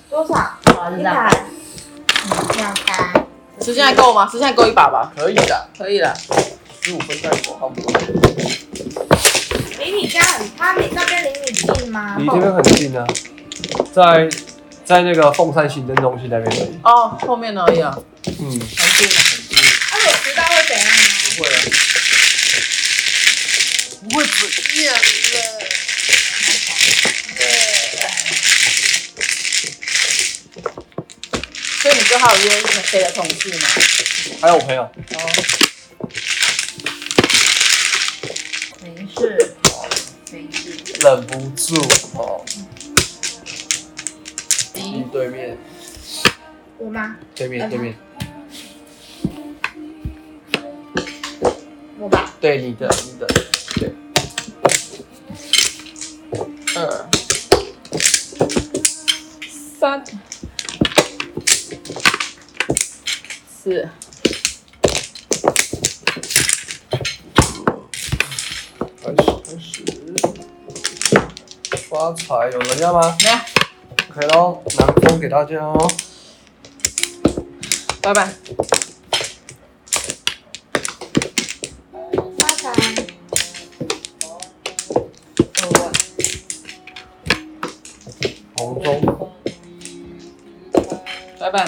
A: 多少？
B: 好，啊就
A: 一
B: 这
A: 百
B: 样，，
A: 两百，
C: 时间还够吗？时间还够一把吧？
D: 可以的，
C: 可以了，
D: 十五分再过，好不好？
A: 离你家很，他离那边离你近吗？
D: 离这边很近啊，在在那个凤山行政中心那边而已。
C: 哦，后面而已啊，
D: 嗯，
C: 很近啊，很近。
A: 那我迟到会怎样呢？
D: 不会啊，不会怎样的。
C: 所以你最好约谁的同事吗？
D: 还有我朋友，
C: 哦，
B: 没事，没事。
D: 忍不住哦，
A: 嗯
D: 你对面，
A: 我吗？
D: 对面，对面，
A: 我吧。
D: 对你的，你的，对，
C: 二三四
D: 开始，开始。发财有人要吗
C: 没有，
D: ？OK 喽，南风给大家哦。
C: 拜拜。
A: 发财。
D: 红中，
C: 拜拜，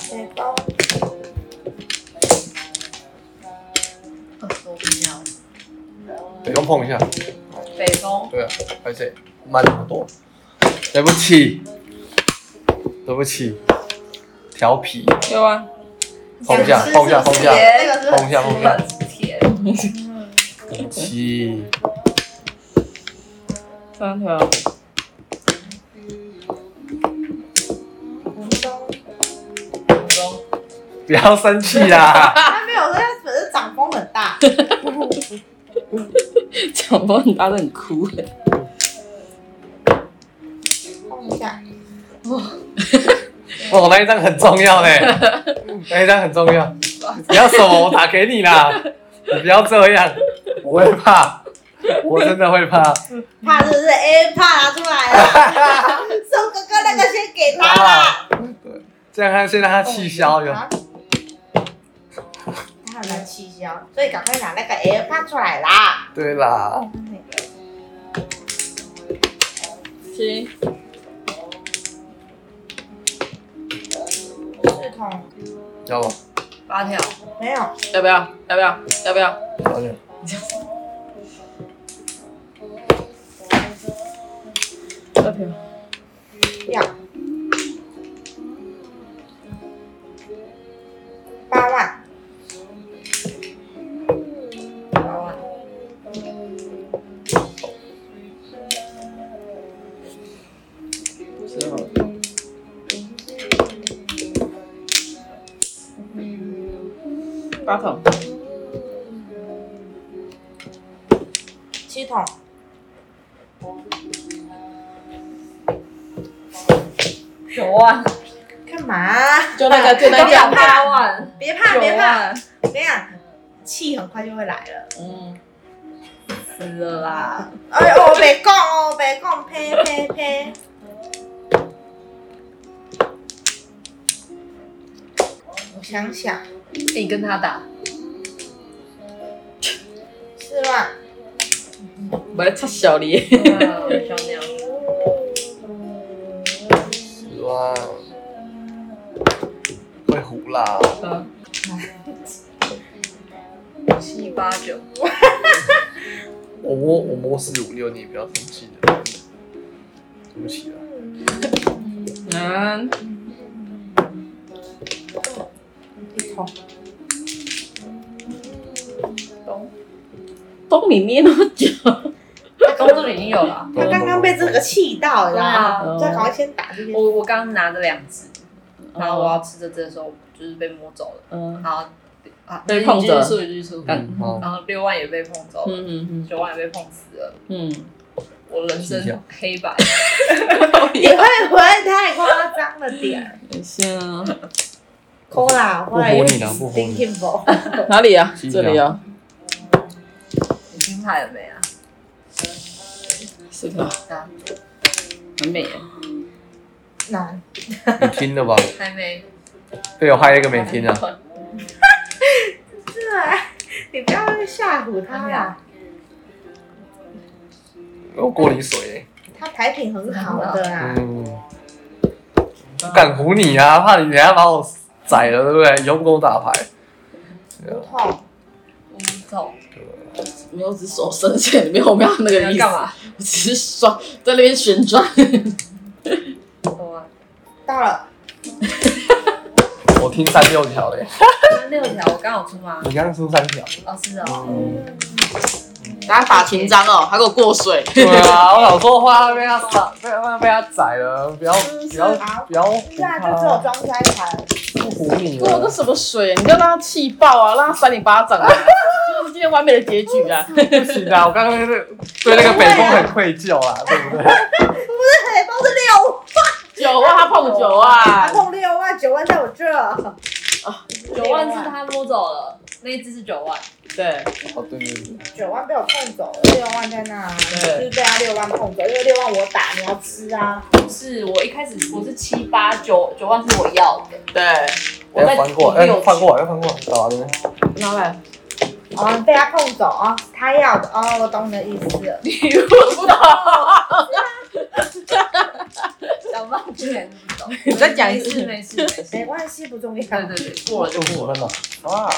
A: 谁包？
B: 二十多秒，
D: 北风碰一下，
B: 北风
D: 对啊，而且慢那么多，对不起，对不起，调皮，
C: 有啊，
D: 放下，放下，放下，
B: 甜，
A: 这个是
D: 放下，放下，
B: 很甜。
D: 对不起，
C: 三条，
A: 红中。
B: 北风
D: 不要生气啦。
A: 他没有说他只是掌风很大。
C: 讲话你打的很哭哎，
A: 碰一下。
D: 哦，那一张很重要呢，那一张很重要。你要什么？我打给你啦。你不要这样，我会怕，我真的会怕。
A: 怕是不是？哎、怕拿出来了。宋哥哥那个先给他啦。
D: 啊，这样他先让
A: à?
D: 他气消有。
A: 啊他很难气消，所以赶快拿那个 AirPod 出来啦。
D: 对啦，
C: 七
A: 系统
D: 要不
B: 八条，
A: 没有，
C: 要不要？要不要？要不要？
D: 早点。
C: 二条，
A: 要八万，
B: 八万，
C: 十号，八筒，
A: 七桶，
B: 九万，
A: 干嘛？
C: 就那个就那
A: 两
C: 个，
A: 八
B: 万，
A: 别怕，
B: 九
A: 别怕，
B: 万，
A: 我跟你讲，气很快就会来了。
C: 嗯，
B: 死了
C: [laughs]
B: 啦！
A: 哎呦，我别讲哦，别讲，呸呸呸！我想想，
C: 哎
B: 你跟他打，
A: 四万。
C: 我要插小梨，
B: 啊小鸟，
D: 十万，会胡啦。
C: 嗯，
B: 七八九，
D: 我摸我摸四五六，你也不要生气的。对不起啊，
C: 嗯，
A: 一桶，
B: 东，
C: 东里面那么久，
B: 东这里已经有了啊。
A: 他刚刚被这个气到
B: 对
A: 了，
B: 啊，哦
A: 再赶快先打这些。
B: 我我刚拿着两只，然后我要吃这只的时候，就是被摸走了。
C: 嗯，
B: 好，啊，
C: 被碰走
B: 继续出继续出
D: 嗯，好，
B: 然后六万也被碰走了，
C: 嗯嗯
B: 九万也被碰死了。
C: 嗯
B: 我人
D: 计较
B: 生黑白，
A: 你会不会太夸张了点
C: 嗯，等一 [laughs] 下。
A: 抠啦，
D: 不唬你啦不唬你
A: thinking for
C: 哪里啊？
D: 新
C: 这里啊，
B: 你听牌了没啊？
C: 是的，
B: 啊，
C: 很美耶。
A: 难。
D: 你听了吧？
B: 还没。
D: 啊被我害一个没听啊。
A: [laughs] 是啊，你不会吓唬
B: 哎
A: 他呀、
D: 我过你水、
A: 他牌品很好的
D: 欸，
A: 啊，
D: 嗯，不敢唬你啊，怕你等下把我宰了，对不对？以后不跟我打牌，嗯
A: 不痛。
B: 我不知道
C: 没有，只是手伸线里面，我没有那
B: 你
C: 个
B: 要
C: 意思。
B: 干？嘛？
C: 我只是刷在那边旋转。
B: 懂啊？
A: 到了
D: 我听三六条的、
B: 三六条，我刚好出吗？
D: 你刚刚出三条，
B: 哦，是哦，
A: 嗯
C: 大家打情章哦，还给我过水。
D: 对啊，我老说话被他宰，被他被他宰了，不要不要
A: 啊
D: 不要唬
A: 现在就只有
D: 他，
A: 装摔牌，
D: 不唬你
C: 我这
D: 了。
C: 什么水？啊你就让他气爆啊，让他扇你巴 [laughs] 掌啊！这是今天完美的结局啊！
D: 不行
C: [laughs]
D: 啊，我刚刚对对那个北风很愧疚啊，对不对？
A: 对，包哎是六，
C: 九万啊他碰啊九
A: 他
C: 万，
A: 碰六万九万在我这，
B: 九万是他摸走了，那一只是九万，
C: 对，
D: 哦，对对对，
A: 九万被我碰走了，六万在那、啊，就是被他六万碰走，因为六万我打，你要吃啊，
B: 不是我一开始我是七八九九万是我要 [laughs] 的，
C: 对，
B: 我在
D: 要哎翻过来，
B: 第
D: 要
B: 六
D: 翻过来，要哎翻过来，好的。
C: 拿来，
A: 哦，你被他碰走啊、哦，他要的哦，我懂你的意思了，
C: 你不懂，
B: 想半天不懂。
C: 你再讲一次
B: 没事没事。
A: 没
B: 没事
A: 关系，不重要，
B: 对对对，
C: 过了
D: 就五分了啊！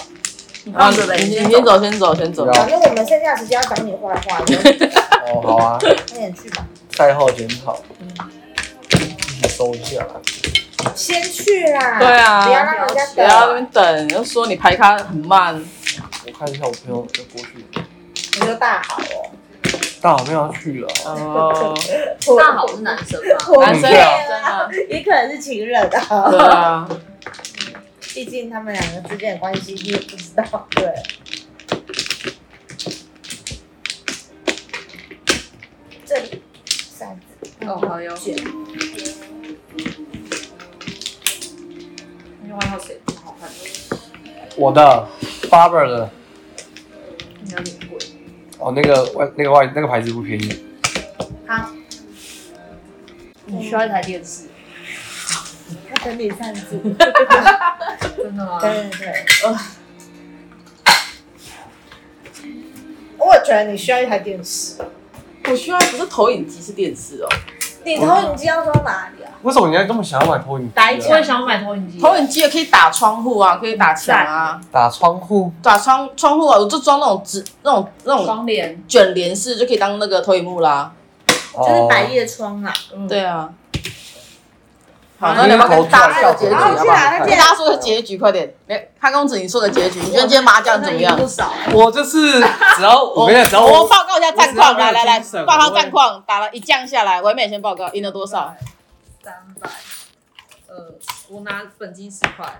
B: 你
C: 啊，
B: 放
C: 你
B: 着呗，
C: 你先走，先走，先走
D: 不。要
A: 反正我们剩下的时间要讲你坏话，你就
D: 哦，好 [laughs] 啊，
A: 快点去吧，
D: 赛后检讨，你收一下啦。
A: 先去啦，
C: 对啊
A: 不要让人家
C: 不要在那
A: 等，
C: 边等，又说你排咖很慢，
D: 我看一下我朋友要过去，
A: 你就大好哦，
D: 大好像要去啊了，
C: 哦，
B: 大好是男生吗？
A: 我
C: 男生
A: 对
C: 啊，
A: 啊
C: 真的，
A: 也可能是情人啊。
C: 对啊，
A: 毕竟他们两个之间的关系你也不知道，对。这里扇子，
B: 哦，好哟。那个外套谁不好看？
D: 我的 Barber 的
B: 应该有点贵。
D: 哦，那个外那个外那个牌子不便宜，
A: 好，
B: 你需要一台电视？
A: 他等你扇子。
B: 真的吗？
A: 对对对，我觉得你需要一台电视。
C: 我需要不是投影机，是电视哦。
A: 你投影机要装哪里啊？
D: 为什么你还这么想要买投影机
A: 打一
D: 啊？
A: 枪
B: 我也想买投影机。
C: 投影机也可以打窗户啊，可以打墙啊，
D: 打窗户，
C: 打窗窗户啊，我就装那种纸，那种那种
B: 双联，
C: 卷帘式就可以当那个投影幕啦。
A: 就是
D: 哦，
A: 百叶窗啦。
B: 嗯，
C: 对啊。好，
D: 好
C: 那你
D: 那
C: 们
D: 投
C: 跟
D: 出
C: 大
D: 来效
C: 家的
D: 果
C: 结
D: 怎么样
C: 局好
A: 好
C: 不好？
A: 去啦
C: 跟大家说个结局，快点！来，潘公子，你说个结局，你觉得今天麻将怎么样
B: 那？赢不少欸。
D: 我就是只要 [laughs] 我跟你讲，只要
C: 我
D: 我
C: 报告一下战
D: 我
C: 况，
D: 只要没
C: 来
D: 有
C: 来来
D: 精，神
C: 报告
D: 我会
C: 战况，打了一将下来，唯美先报告赢了多少？？
B: 三百。呃，我拿本金十块，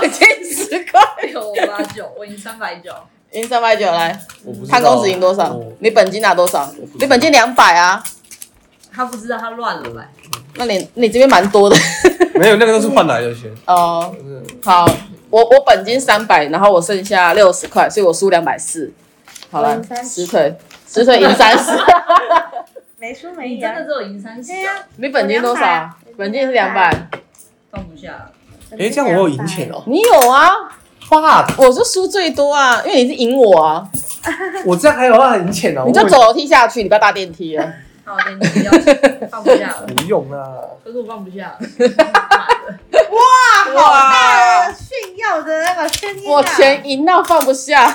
C: 本金十块，
B: 六八九，我赢三百九。
C: 赢三百九来，
D: 我不知道哦
C: 潘公子赢多少
D: 我？
C: 你本金拿多少
D: 我不知？道
C: 你本金两百啊，
B: 他不知道他乱了呗？
C: 那你你这边蛮多的 [laughs]
D: 没有那个都是换来的钱，
C: 哦。
D: 就是
C: 好，我我本金三百，然后我剩下六十块，所以我输两百四。好
A: 我
C: 了
A: 赢，30
C: 十腿，十腿赢三 [laughs] 十。
A: 没输没
B: 你
A: 赢
B: 真。的只有赢三十
A: 啊对，呀，
C: 你本金多
A: 我200
C: 少？本金是两百。
B: 放不下。
D: 哎，这样我有赢钱哦。
C: 你有啊？
D: 哇，
C: 我是输最多啊，因为你是赢我啊，
D: 我这样还有办法赢钱哦？
C: 你就走楼梯下去，你不要搭电梯 [laughs] 了。
B: 好，给你不要，放不下了。
D: 我
A: [laughs]
D: 没用啊。
B: 可是我放不下了。
A: 哇，哎好啊大的炫耀的那个声音啊！哎
C: 我钱赢到放不下。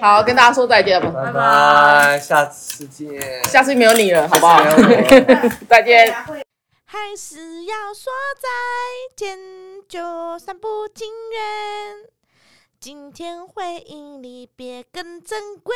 C: 好，跟大家说再见吧，
D: 拜
B: 拜
D: 拜，
B: 拜
D: 下次见。
C: 下次没有你了，
D: [laughs]
C: 好不好？再见。
A: 家会
E: 还是要说再见，就算不情愿。今天回忆里别更珍贵。